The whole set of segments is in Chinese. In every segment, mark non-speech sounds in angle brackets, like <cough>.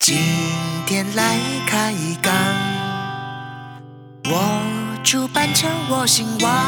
今天来开杠，我主板桥，我姓王。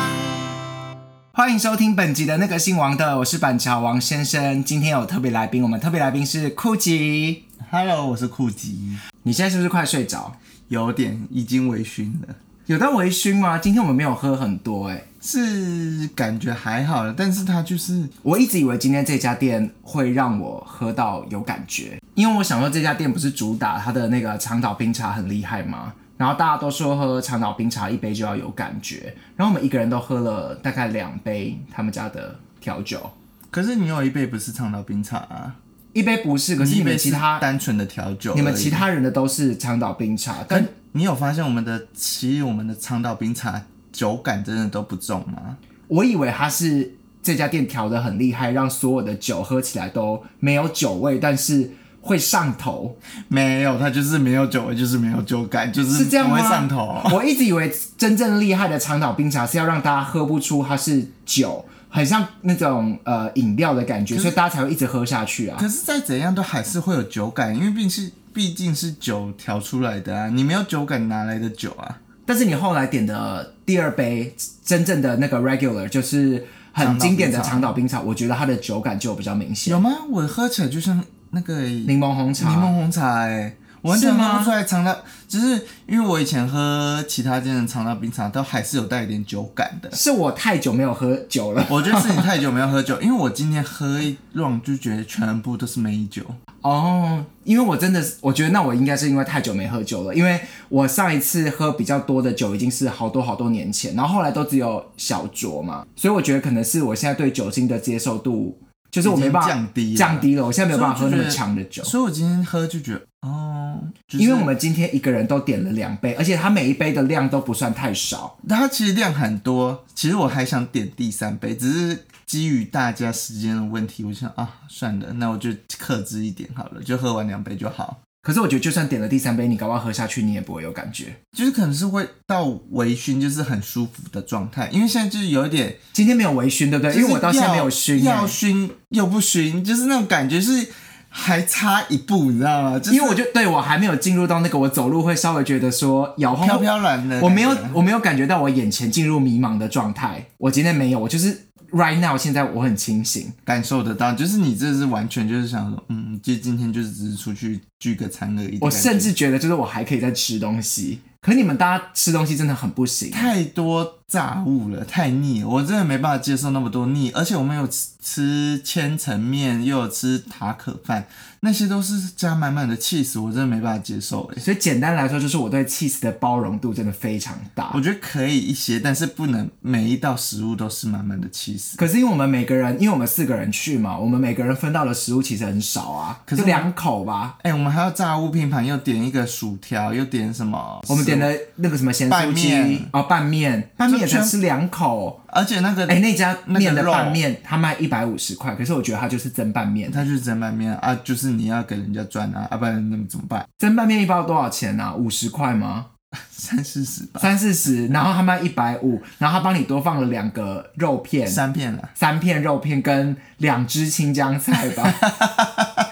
欢迎收听本集的那个姓王的，我是板桥王先生。今天有特别来宾，我们特别来宾是酷吉。 Hello，我是酷吉，你现在是不是快睡着？有点已经微醺了，有到微醺吗？今天我们没有喝很多哎、是感觉还好了，但是他就是我一直以为今天这家店会让我喝到有感觉，因为我想说这家店不是主打它的那个长岛冰茶很厉害吗？然后大家都说喝长岛冰茶一杯就要有感觉，然后我们一个人都喝了大概两杯他们家的调酒，可是你有一杯不是长岛冰茶啊，一杯不是，可是你你一们杯其是他单纯的调酒而已，你们其他人的都是长岛冰茶，但跟你有发现我们的其实我们的长岛冰茶酒感真的都不重吗？我以为它是这家店调的很厉害，让所有的酒喝起来都没有酒味，但是会上头，没有，它就是没有酒味，就是没有酒感，就是是这样不吗？会上头。 <laughs> 我一直以为真正厉害的长岛冰茶是要让大家喝不出它是酒，很像那种呃饮料的感觉，所以大家才会一直喝下去啊。可是再怎样都还是会有酒感，因为毕竟是毕竟是酒调出来的啊，你没有酒感哪来的酒啊？但是你后来点的第二杯真正的那个 regular 就是很经典的长岛冰茶，我觉得它的酒感就比较明显有，吗？我喝起来就像那个柠柠檬红茶，。柠檬红茶哎、我完全喝不出来长岛，只是因为我以前喝其他间的长岛冰茶都还是有带一点酒感的是我太久没有喝酒了。我觉得是你太久没有喝酒，因为我今天喝一浪就觉得全部都是美酒，哦，因为我真的是，我觉得那我应该是因为太久没喝酒了，因为我上一次喝比较多的酒已经是好多好多年前，然后后来都只有小酌嘛，所以我觉得可能是我现在对酒精的接受度，就是我没办法已经降低了降低了，我现在没有办法喝那所么以我就觉得强的酒。所以我今天喝就觉得哦，就是、因为我们今天一个人都点了两杯，而且它每一杯的量都不算太少。它其实量很多，其实我还想点第三杯，只是基于大家时间的问题，我想啊，算了，那我就克制一点好了，就喝完两杯就好。可是我觉得，就算点了第三杯，你搞不好喝下去，你也不会有感觉。就是可能是会到微醺，就是很舒服的状态，因为现在就是有一点，今天没有微醺，对不对？因为我到现在没有就是醺、欸，要要醺又不醺，就是那种感觉是还差一步，你知道吗？就是、因为我就对我还没有进入到那个我走路会稍微觉得说摇晃飘飘然的感觉，我没有我没有感觉到我眼前进入迷茫的状态，我今天没有，我就是 right now 现在我很清醒。感受得到，就是你这是完全就是想说，嗯，就今天就是只是出去聚个餐而已的感觉。我甚至觉得就是我还可以再吃东西，可你们大家吃东西真的很不行。太多炸物了，太腻了，我真的没办法接受那么多腻。而且我们有吃吃千层面，又有吃塔可饭，那些都是加满满的 cheese，我真的没办法接受、欸。所以简单来说，就是我对 cheese 的包容度真的非常大我。觉得可以一些，但是不能每一道食物都是满满的气死。可是因为我们每个人，因为我们四个人去嘛，我们每个人分到的食物其实很少啊，可是就两口吧。哎、我们还要炸物拼盘，又点一个薯条，又点什么？我们点了那个什么咸酥拌鸡面哦，拌面，拌面也就才全吃两口，而且那个哎、那家那个面的肉拌面，他卖一百五十块，可是我觉得他就是蒸拌面。它就是整拌面啊，就是你要给人家赚啊，要、不然那么怎么办？蒸拌面一包多少钱啊？五十块吗？三四十吧，三四十，然后他卖一百五，然后他帮你多放了两个肉片，三片了。三片肉片跟两只青江菜 <laughs> 吧。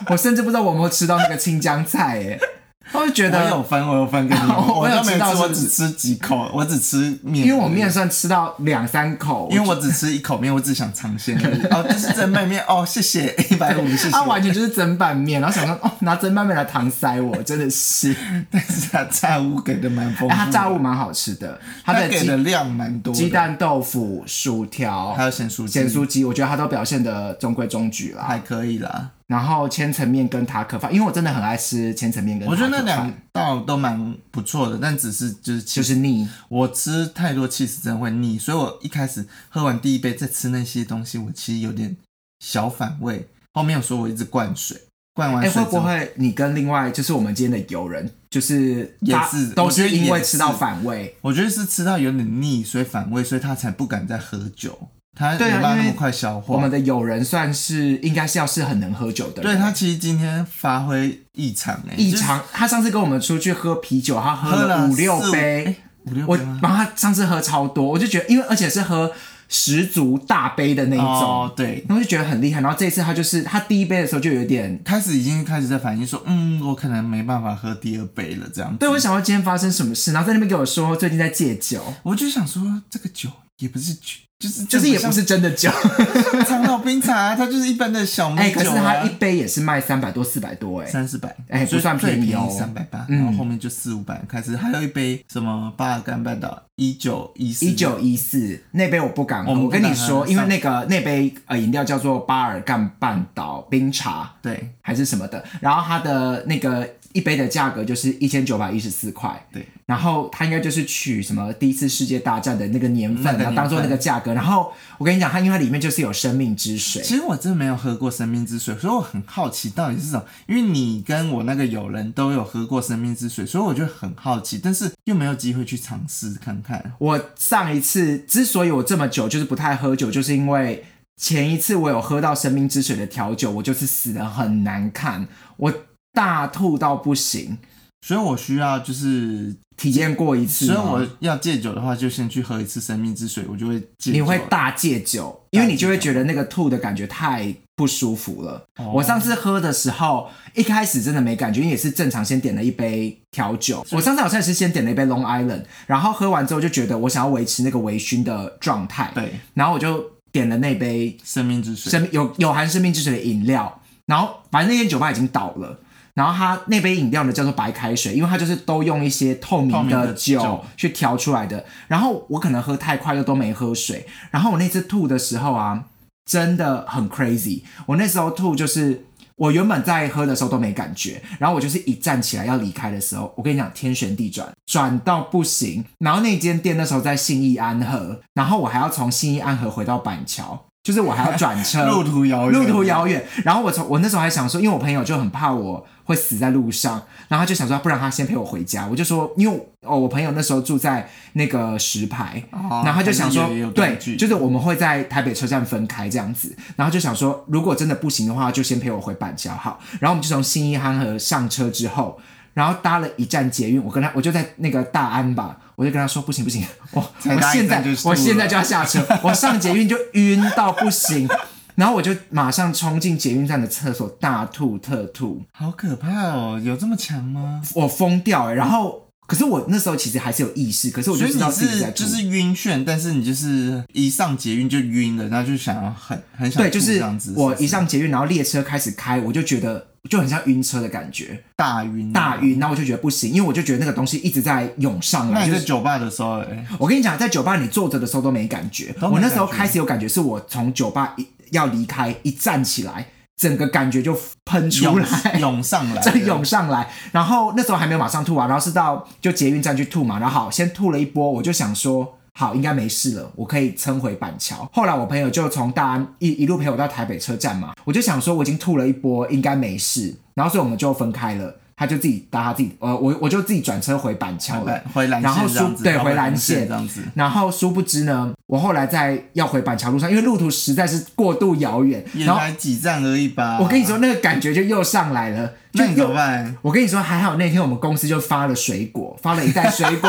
我甚至不知道我有没有吃到那个青江菜耶、我就觉我有得，分，我有分给你们，啊 <laughs> 我我有都没吃到吃，是我不是只吃几口，我只吃面，因为我面。算吃到两三口，因为我只吃一口面，我只想尝鲜 <laughs> 而已。哦，这是蒸拌面哦，谢谢一百五，谢谢。他完全就是蒸拌面，然后想说哦，拿蒸拌面来搪塞我，真的 <laughs> 是。但是它炸物给的蛮丰富的，哎，他炸物蛮好吃的，他它的给鸡的量蛮多的，鸡蛋豆腐、薯条，还有咸酥鸡咸酥鸡，我觉得它都表现的中规中矩啦。还可以啦。然后千层面跟塔可饭，因为我真的很爱吃千层面跟塔我可觉饭，得那两道都蛮不错的，但只是就是其就实是腻。我吃太多 cheese 真的会腻，所以我一开始喝完第一杯再吃那些东西，我其实有点小反胃。后面有说我一直灌水，灌完哎，水之会后不会你跟另外就是我们今天的友人，就是也他是都我觉是得因为也是吃到反胃？我觉得是吃到有点腻，所以反胃，所以他才不敢再喝酒，他没对啊办法那因为么快消化。我们的友人算是应该是要是很能喝酒的人，对他其实今天发挥异常哎、异就是常。他上次跟我们出去喝啤酒，他喝喝了五六四五杯哎，五六我杯吗？然后他上次喝超多，我就觉得，因为而且是喝十足大杯的那一种哦，，对，然后就觉得很厉害。然后这一次他就是他第一杯的时候就有点，开始已经开始在反映说，嗯，我可能没办法喝第二杯了这样子。对我想到今天发生什么事，然后在那边跟我说最近在戒酒，我就想说，这个酒也不是酒，就是就是也不是真的 <laughs> 酒。长岛冰茶、啊，它就是一般的小哎、米可是酒他啊一。杯也是卖三百多四百多哎、三四百，哎不算最便宜便哦宜三百八，嗯然后后面就四五百开始，还有一杯什么巴尔干半岛一九一四一九一四那杯我不敢喝，我们我不敢跟喝你说，因为上那个那杯呃饮料叫做巴尔干半岛冰茶对还是什么的，然后它的那个一杯的价格就是一千九百一十四块，对，然后它应该就是取什么第一次世界大战的那个年份，那个年份然后当做那个价格，然后我跟你讲，它因为它里面就是有生命之水，其实我真的没有喝过生命之水，所以我很好奇到底是什么。因为你跟我那个友人都有喝过生命之水，所以我就很好奇，但是又没有机会去尝试看看。我上一次之所以我这么久就是不太喝酒，就是因为前一次我有喝到生命之水的调酒，我就是死的很难看，我大吐到不行。所以我需要就是，体验过一次哦所以吗，我要戒酒的话，就先去喝一次生命之水，我就会戒酒。你会大戒酒，因为你就会觉得那个吐的感觉太不舒服了。哦我上次喝的时候，一开始真的没感觉，因为也是正常先点了一杯调酒。我上次好像也是先点了一杯 Long Island，然后喝完之后就觉得我想要维持那个微醺的状态，对然后我就点了那杯生命之水，生有有含生命之水的饮料，然后反正那间酒吧已经倒了。然后它那杯饮料呢叫做白开水，因为它就是都用一些透透明明的的酒酒去调出来的。然后我可能喝太快又都没喝水，然后我那次吐的时候啊，真的很 crazy。我那时候吐就是我原本在喝的时候都没感觉，然后我就是一站起来要离开的时候，我跟你讲天旋地转，转到不行。然后那间店那时候在信义安和，然后我还要从信义安和回到板桥，就是我还要转车，路途遥远，路途遥远。然后我从我那时候还想说，因为我朋友就很怕我会死在路上，然后他就想说，不然他先陪我回家。我就说，因为我哦，我朋友那时候住在那个石牌，哦然后他就想说还是也有，对段距，就是我们会在台北车站分开这样子，然后就想说，如果真的不行的话，就先陪我回板桥好。然后我们就从新义安和上车之后。然后搭了一站捷运，我跟他，我就在那个大安吧，我就跟他说不行不行， <laughs> 我才我搭一现在站就吐我现在了就要下 <laughs> 车，我上捷运就晕到不行，然后我就马上冲进捷运站的厕所大吐特吐，好可怕哦！有这么强吗？我疯掉哎、然后。可是我那时候其实还是有意识，可是我所就以知道你自己在是吐，就是晕眩，但是你就是一上捷运就晕了，然后就想要很很想对，吐就是这样子。我是不是一上捷运，然后列车开始开，我就觉得就很像晕车的感觉，大晕，啊大。晕，然后我就觉得不行，因为我就觉得那个东西一直在涌上来，那你就在是酒吧的时候，哎，我跟你讲，在酒吧你坐着的时候都没感觉，没我那时候感觉开始有感觉，是我从酒吧一要离开，一站起来，整个感觉就喷出涌来，涌上 <laughs> 来，这涌上来，然后那时候还没有马上吐啊，然后是到就捷运站去吐嘛，然后好先吐了一波，我就想说。好，应该没事了，我可以撑回板桥。后来我朋友就从大安一一路陪我到台北车站嘛，我就想说我已经吐了一波，应该没事，然后所以我们就分开了，他就自己搭他自己，呃，我我就自己转车回板桥了来，呃回蓝然后线这样殊子，对然后回蓝线线这样子。然后殊不知呢，我后来在要回板桥路上，因为路途实在是过度遥远，也啊然后才几站而已吧。我跟你说，那个感觉就又上来了，就那你怎又么办？我跟你说，还好那天我们公司就发了水果，发了一袋水 <laughs> 果，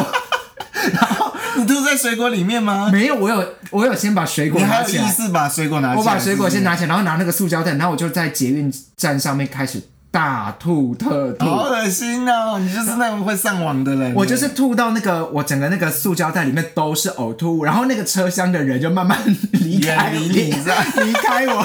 你吐在水果里面吗？没有，我有我有先把水果你还拿有起意来，思把水果拿起来？我把水果先拿是起来，然后拿那个塑胶袋，然后我就在捷运站上面开始大吐特不吐是，。好恶心哦！你就是那种会上网的人。欸我就是吐到那个，我整个那个塑胶袋里面都是呕吐物，然后那个车厢的人就慢慢离开远离你这样离开我，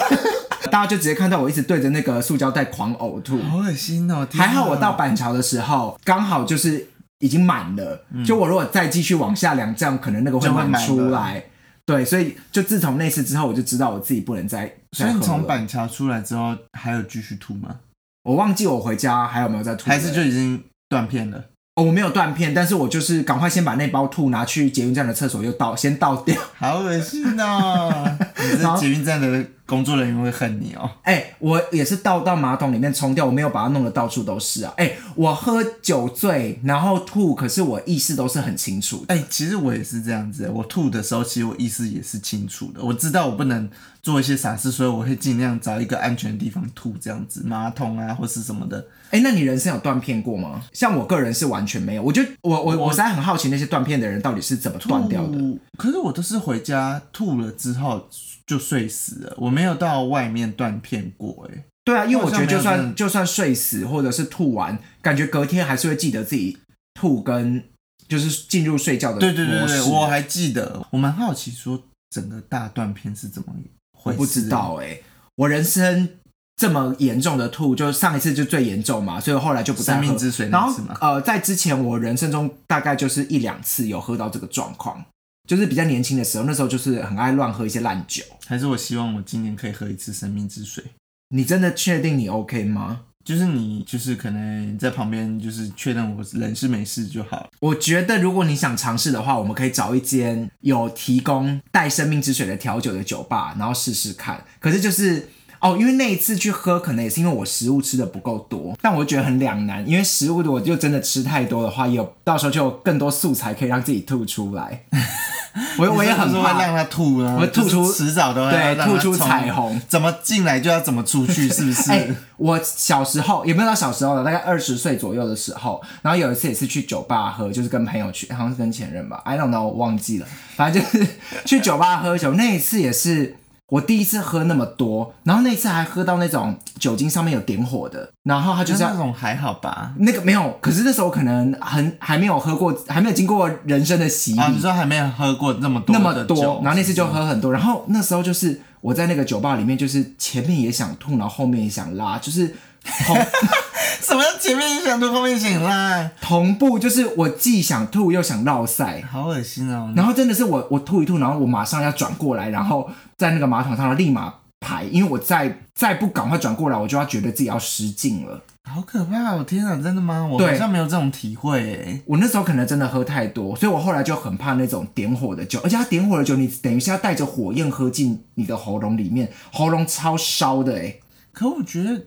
大家就直接看到我一直对着那个塑胶袋狂呕吐。好恶心哦！天哪还好我到板桥的时候，刚好就是已经满了。就我如果再继续往下两站，可能那个会就会嗯满满出了来。对，所以就自从那次之后，我就知道我自己不能再所以再喝你从了板桥出来之后，还有继续吐吗？我忘记我回家还有没有再吐了，还是就已经断 <laughs> 片了？哦我没有断片，但是我就是赶快先把那包吐拿去捷运站的厕所又倒先倒掉。好恶心哦！你然这后捷运站的工作人员会恨你哦。 <laughs> 哎、我也是倒到马桶里面冲掉，我没有把它弄得到处都是啊。哎、我喝酒醉然后吐，可是我意识都是很清楚的。哎、其实我也是这样子，欸我吐的时候，其实我意识也是清楚的，我知道我不能做一些傻事，所以我会尽量找一个安全的地方吐，这样子，马桶啊或是什么的。哎、那你人生有断片过吗？像我个人是完全没有。我就我我我实在很好奇那些断片的人到底是怎么断掉的。吐。可是我都是回家吐了之后就睡死了，我没有到外面断片过、哎，对啊，因为我好觉得像就没有真算的就算睡死或者是吐完，感觉隔天还是会记得自己吐跟就是进入睡觉的对对对呃模对，式我还记得，我蛮好奇说整个大断片是怎么回事，不知。道哎、我人生这么严重的吐，就上一次就最严重嘛，所以后来就不再喝生命之水然那后次吗呃，在之前我人生中大概就是一两次有喝到这个状况，就是比较年轻的时候，那时候就是很爱乱喝一些烂酒。还是我希望我今年可以喝一次生命之水，你真的确定你 OK 吗？就是你就是可能在旁边就是确认我人是没事就好了。我觉得如果你想尝试的话，我们可以找一间有提供带生命之水的调酒的酒吧，然后试试看。可是就是。哦，因为那一次去喝，可能也是因为我食物吃的不够多，但我觉得很两难，因为食物如果就真的吃太多的话，有到时候就有更多素材可以让自己吐出来。 <laughs> 我我也很你是不是怕会让他吐啊，我吐出就是迟早都会对让他吐出从彩虹怎么进来就要怎么出去，是不 <laughs> 是？哎、我小时候也没有到小时候了，大概二十岁左右的时候，然后有一次也是去酒吧喝，就是跟朋友去，好像是跟前任吧，I don't know，我忘记了，反正就是去酒吧喝酒。那一次也是我第一次喝那么多，然后那一次还喝到那种酒精上面有点火的，然后他就就是是要啊那种还好吧。那个没有，可是那时候可能很还没有喝过，还没有经过人生的洗礼，啊，你说还没有喝过那么多嗯那么的多酒，然后那次就喝很多，然后那时候就是我在那个酒吧里面，就是前面也想吐，然后后面也想拉，就是同什么前面一想吐，后面醒啦，同步，就是我既想吐又想绕塞，好恶心哦。然后真的是我我吐一吐，然后我马上要转过来，然后在那个马桶上立马排，因为我再再不赶快转过来，我就要觉得自己要失禁了。好可怕、哦！天啊，真的吗？我对好像没有这种体会欸诶。我那时候可能真的喝太多，所以我后来就很怕那种点火的酒，而且它点火的酒，你等于是要带着火焰喝进你的喉咙里面，喉咙超烧的哎、可我觉得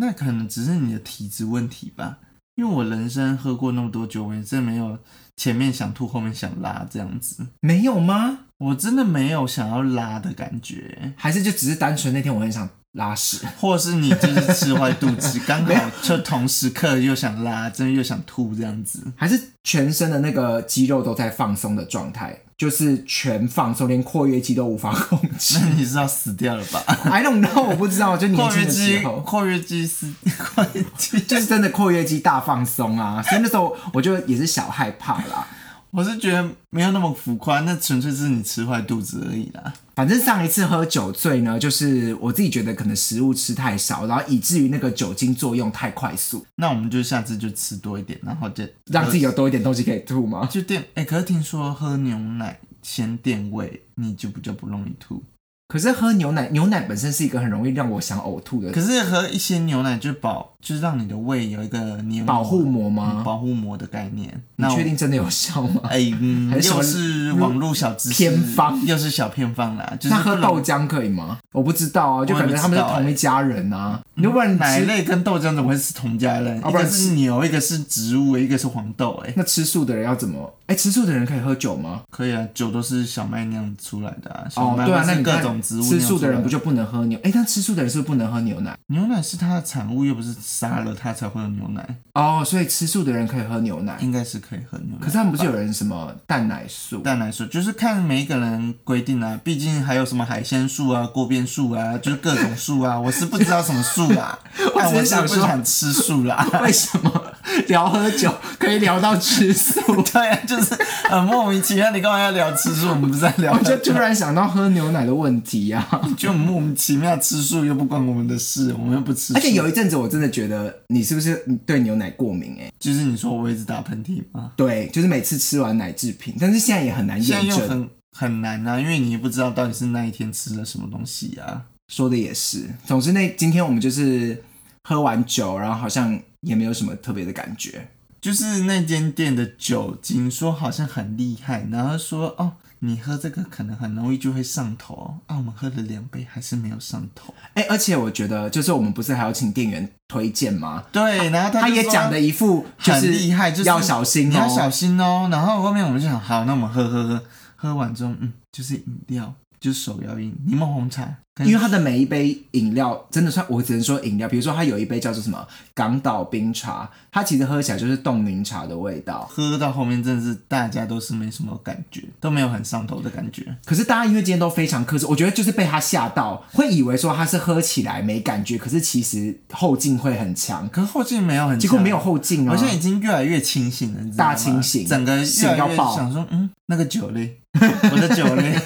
那可能只是你的体质问题吧，因为我人生喝过那么多酒，我也真的没有前面想吐，后面想拉这样子，没有吗？我真的没有想要拉的感觉，还是就只是单纯那天我很想拉屎？或是你就是吃坏肚 <laughs> 子，刚好就同时刻又想拉，真的又想吐这样子。还是全身的那个肌肉都在放松的状态，就是全放松，连括约肌都无法控制 <laughs> 那。你是要死掉了吧？ I don't know，我不知道，就年括轻约的肌时，候。括约肌是 <laughs> 括约肌，就是真的括约肌大放松啊，所以那时候我就也是小害怕啦。我是觉得没有那么浮夸，那纯粹是你吃坏肚子而已啦。反正上一次喝酒醉呢，就是我自己觉得可能食物吃太少，然后以至于那个酒精作用太快速，那我们就下次就吃多一点，然后就让自己有多一点东西可以吐吗？就垫。哎、可是听说喝牛奶先垫胃，你就比较不容易吐。可是喝牛奶，牛奶本身是一个很容易让我想呕吐的可是喝一些牛奶就保，就是让你的胃有一个黏膜保护膜嗯吗？保护膜的概念。你那我确？定真的有效吗？哎、嗯，还是什么又是网络小知识偏方又是小偏方啦。就是那喝不能豆浆可以吗？我不知道啊，就我也感不觉他们是知道欸嗯同一家人啊。要不然你奶吃类跟豆浆怎么会是同家人？啊一不然个吃是牛，一个是植物，一个是黄豆、哎，那吃素的人要怎么？哎，吃素的人可以喝酒吗？可以啊，酒都是小麦酿出来的啊。小哦，麦对啊或，是那你各看种植物吃素酿出的来人不就不能喝牛？哎，但吃素的人是不是不能喝牛奶？牛奶是它的产物，又不是杀了它才会有牛奶，哦，所以吃素的人可以喝牛奶，应该是可以喝牛奶。可是他们不是有人什么蛋奶 <laughs> 素？但来说，就是看每一个人规定啊，毕竟还有什么海鲜素啊、锅边素啊，就是各种素啊，我是不知道什么素 <laughs> 啦，但只我是是想不说想吃素啦。 <laughs> 为什么 <laughs> 聊喝酒可以聊到吃 <laughs> 素？对啊，就是很莫名其妙，你干嘛要聊吃素？我们不是在聊我，就突然想到喝牛奶的问题呀、 <laughs> 啊。就很莫名其妙吃素又不关我们的事，我们又不吃素。而且有一阵子，我真的觉得你是不是对牛奶过敏、欸？哎，就是你说我一直打喷嚏吗？对，就是每次吃完奶制品，但是现在也很难现在验又证。很很难啊，因为你也不知道到底是那一天吃了什么东西啊。说的也是，总之那今天我们就是喝完酒，然后好像也没有什么特别的感觉。就是那间店的酒精说好像很厉害，然后说哦，你喝这个可能很容易就会上头啊。我们喝了两杯还是没有上头。哎、而且我觉得，就是我们不是还要请店员推荐吗？对，然后他就也说讲的一副就很是厉害，就是要小心哦，你要小心哦。然后后面我们就想，好，那我们喝喝喝，喝完之后，嗯，就是饮料，就是手摇饮，柠檬红茶，跟因为它的每一杯饮料真的算，我只能说饮料，比如说它有一杯叫做什么港岛冰茶，它其实喝起来就是冻柠茶的味道。喝到后面真的是大家都是没什么感觉，都没有很上头的感觉。可是大家因为今天都非常克制，我觉得就是被它吓到，会以为说它是喝起来没感觉，可是其实后劲会很强，可是后劲没有很强，结果没有后劲啊。我现在已经越来越清醒了，你知道吗大清醒整个越来醒越到爆想说，嗯，那个酒 <laughs> 嘞，我的酒 <laughs> 嘞，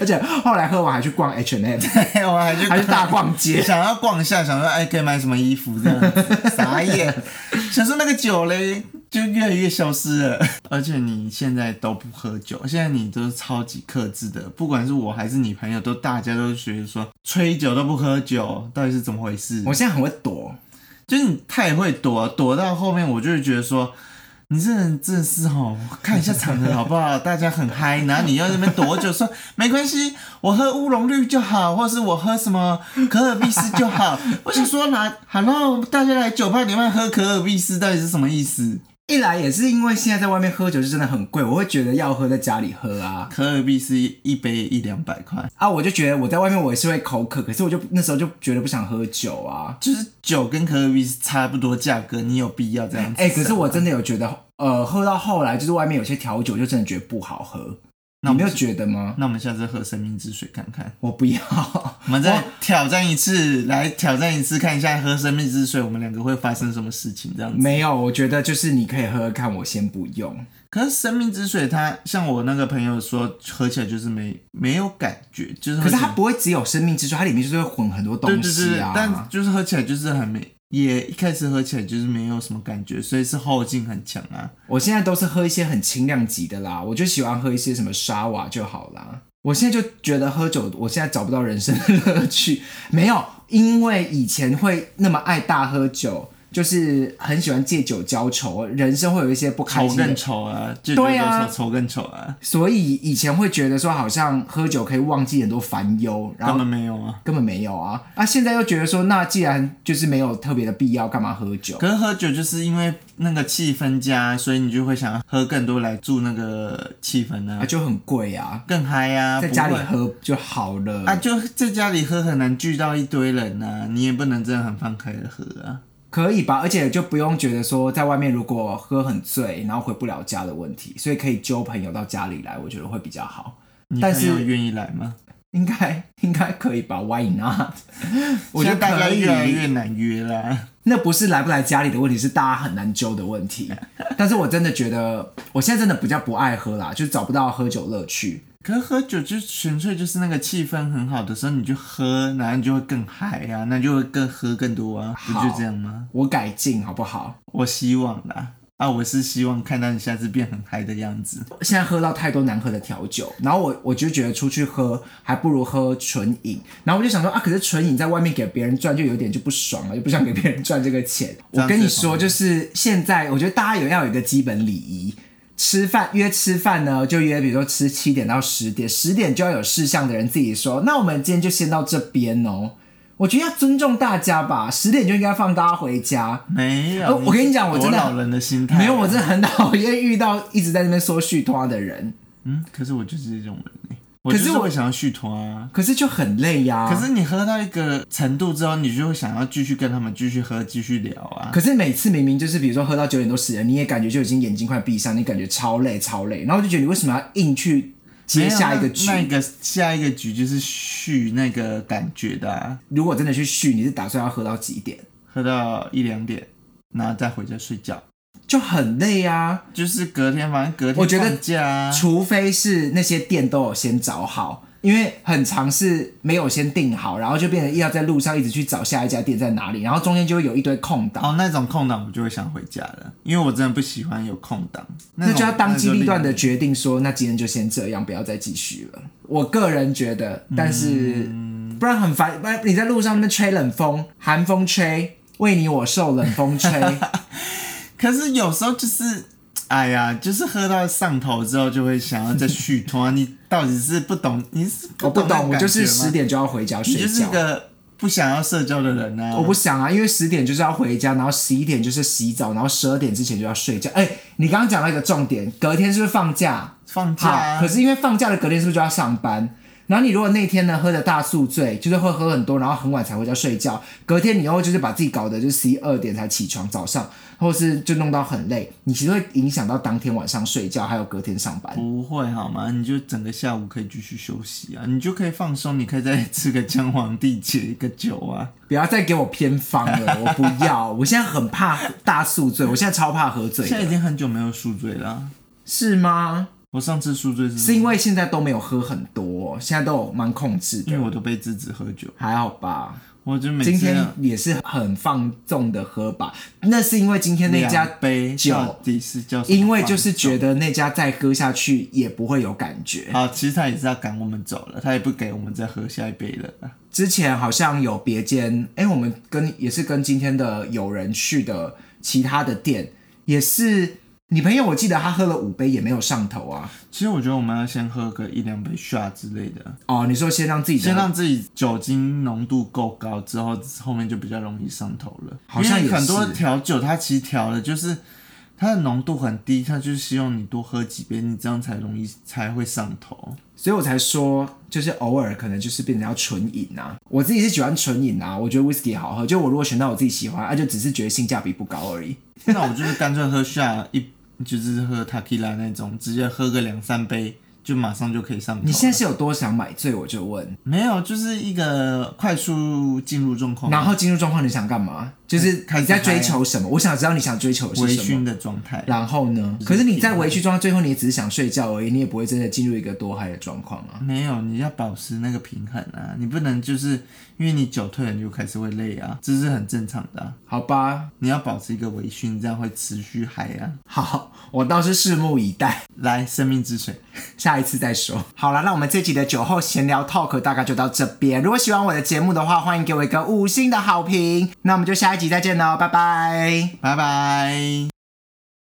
而且后来喝完还去逛 H and M，我还 <laughs> 去还去大逛街。想要逛一下，想说哎，可以买什么衣服这样子，傻眼。想说那个酒嘞，就越来越消失了。而且你现在都不喝酒，现在你都是超级克制的，不管是我还是你朋友，都大家都觉得说吹酒都不喝酒，到底是怎么回事？我现在很会躲，就是你太会躲，躲到后面我就会觉得说。你这人真的是哦，看一下场合好 <laughs> 不好？大家很嗨，然后你又在那边躲酒，说没关系，我喝乌龙绿就好，或是我喝什么可尔必斯就好。我想说来，Hello，大家来酒吧里面喝可尔必斯到底是什么意思？一来也是因为现在在外面喝酒是真的很贵，我会觉得要喝在家里喝啊。可尔必斯一杯一两百块，啊，我就觉得我在外面我也是会口渴，可是我就那时候就觉得不想喝酒啊。就是酒跟可尔必斯差不多价格，你有必要这样子？啊哎、可是我真的有觉得，呃，喝到后来就是外面有些调酒就真的觉得不好喝，那你我没们有觉得吗？那我们下次喝生命之水看看。我不要， <laughs> 我们再挑战一次，来挑战一次，看一下喝生命之水，我们两个会发生什么事情这样子。没有，我觉得就是你可以喝喝看，我先不用。可是生命之水它，像我那个朋友说，喝起来就是没没有感觉，就是可喝是起来它不会只有生命之水，它里面就是会混很多东对对西对，啊。但就是喝起来就是很没，也一开始喝起来就是没有什么感觉，所以是后劲很强啊。我现在都是喝一些很轻量级的啦，我就喜欢喝一些什么沙瓦就好啦。我现在就觉得喝酒，我现在找不到人生的乐趣。 <laughs> 没有，因为以前会那么爱大喝酒，就是很喜欢借酒浇愁，人生会有一些不开仇心更的。仇啊，就对啊就说仇更仇啊，所以以前会觉得说，好像喝酒可以忘记很多烦忧，然根本后没有啊。根本没有啊。啊，现在又觉得说，那既然就是没有特别的必要，干嘛喝酒？可是喝酒就是因为那个气氛加，所以你就会想要喝更多来助那个气氛啊啊，，就很贵啊，更嗨啊，在家里不会喝就好了啊，就在家里喝很难聚到一堆人呐、你也不能真的很放开的喝啊。可以吧？而且就不用觉得说在外面如果喝很醉，然后回不了家的问题，所以可以揪朋友到家里来，我觉得会比较好。 <laughs> 你但朋友是愿意来吗？应该应该可以吧？Why <laughs> not？我觉得现在大家可以越来越难约啦。那不是来不来家里的问题，是大家很难揪的问题。 <laughs> 但是我真的觉得，我现在真的比较不爱喝啦，就找不到喝酒乐趣。可是喝酒就纯粹就是那个气氛很好的时候你就喝，然后你就会更嗨啊，那就会更喝更多啊，不就这样吗？我改进好不好？我希望啦，啊，我是希望看到你下次变很嗨的样子。现在喝到太多难喝的调酒，然后我我就觉得出去喝还不如喝纯饮，然后我就想说啊，可是纯饮在外面给别人赚就有点就不爽了，就不想给别人赚这个 <laughs> 钱。这样我子跟你好说，吗就是现在我觉得大家有要有一个基本礼仪。吃饭约吃饭呢，就约，比如说吃七点到十点，十点就要有事项的人自己说，那我们今天就先到这边哦。我觉得要尊重大家吧，十点就应该放大家回家。没有，呃我跟你讲我真的多老人的心态啊、没有，我真的很讨厌遇到一直在那边说续托的人，嗯，可是我就是这种人、欸，我可就是是我会想要续团啊。可是就很累呀、可是你喝到一个程度之后，你就会想要继续跟他们继续喝、继续聊啊。可是每次明明就是，比如说喝到九点多十点，你也感觉就已经眼睛快闭上，你感觉超累超累，然后我就觉得你为什么要硬去接下一个局？没有那那个下一个局就是续那个感觉的、啊，如果真的去续，你是打算要喝到几点？喝到一两点，然后再回家睡觉，就很累啊！就是隔天，反正隔天我觉得放假、啊。除非是那些店都有先找好，因为很常是没有先定好，然后就变成要在路上一直去找下一家店在哪里，然后中间就会有一堆空档。哦，那种空档我就会想回家了，因为我真的不喜欢有空档。那那种就要当机立断的那就决定说，那今天就先这样，不要再继续了。我个人觉得，嗯但是、不然很烦。不然你在路上那边吹冷风，寒 <laughs> 风吹，为你我受冷风吹，可是有时候就是哎呀，就是喝到上头之后就会想要 <laughs> 再续托。你到底是不懂，你是我不不那懂，我感就是觉吗十，点就要回家你睡就是一觉。个不想要社交的人啊。我不想啊，因为十点就是要回家，然后十一点就是洗澡，然后十二点之前就要睡觉。哎、你刚刚讲到一个重点，隔天是不是放假？放假好，啊，可是因为放假的隔天是不是就要上班？然后你如果那天呢喝的大宿醉，就是会喝很多，然后很晚才回家睡觉，隔天你又就是把自己搞得就是十一二点才起床，早上或是就弄到很累，你其实会影响到当天晚上睡觉，还有隔天上班。不会好吗？你就整个下午可以继续休息啊，你就可以放松，你可以再吃个姜黄地解一个酒啊。不要再给我偏方了，我不要，我现在很怕大宿醉，我现在超怕喝醉现在已的，经很久没有宿醉了啊，是吗？我上次宿醉是是因为现在都没有喝很多，现在都有蛮控制因为的，我都被制止喝酒，还好吧。我就每次啊今天也是很放纵的喝吧，那是因为今天那家两杯酒到底是叫什么因为就是觉放得那家再喝下去也不会有感觉纵。好，其实他也是要赶我们走了，他也不给我们再喝下一杯了。之前好像有别间，哎、我们跟也是跟今天的友人去的其他的店，也是你朋友，我记得他喝了五杯也没有上头啊。其实我觉得我们要先喝个一两杯 shot 之类的，哦，你说先让自己的先让自己酒精浓度够高，之后后面就比较容易上头了。好像也因是为很多调酒，它其实调的就是它的浓度很低，它就是希望你多喝几杯，你这样才容易才会上头。所以我才说，就是偶尔可能就是变成要纯饮啊。我自己是喜欢纯饮啊，我觉得 whisky 好喝。就我如果选到我自己喜欢，啊，就只是觉得性价比不高而已。那我就是干脆喝 shot 一，就是喝 tequila 那种，直接喝个两三杯就马上就可以上头了。你现在是有多想买醉？我就问，没有，就是一个快速进入状况，然后进入状况，你想干嘛？就是哦开你在始嗨追啊求什么？我想知道你想追求的微是什醺么。的状态。然后呢？可是你在委屈状态，最后你也只是想睡觉而已，你也不会真的进入一个多嗨的状况啊。没有，你要保持那个平衡啊！你不能就是因为你酒退了，你就开始会累啊，这是很正常的啊、好吧，你要保持一个微醺，这样会持续嗨啊！好，我倒是拭目以待。来，生命之水，下一次再说。好了，那我们这集的酒后闲聊 talk 大概就到这边。如果喜欢我的节目的话，欢迎给我一个五星的好评。那我们就下一集再见喽，拜拜。拜拜。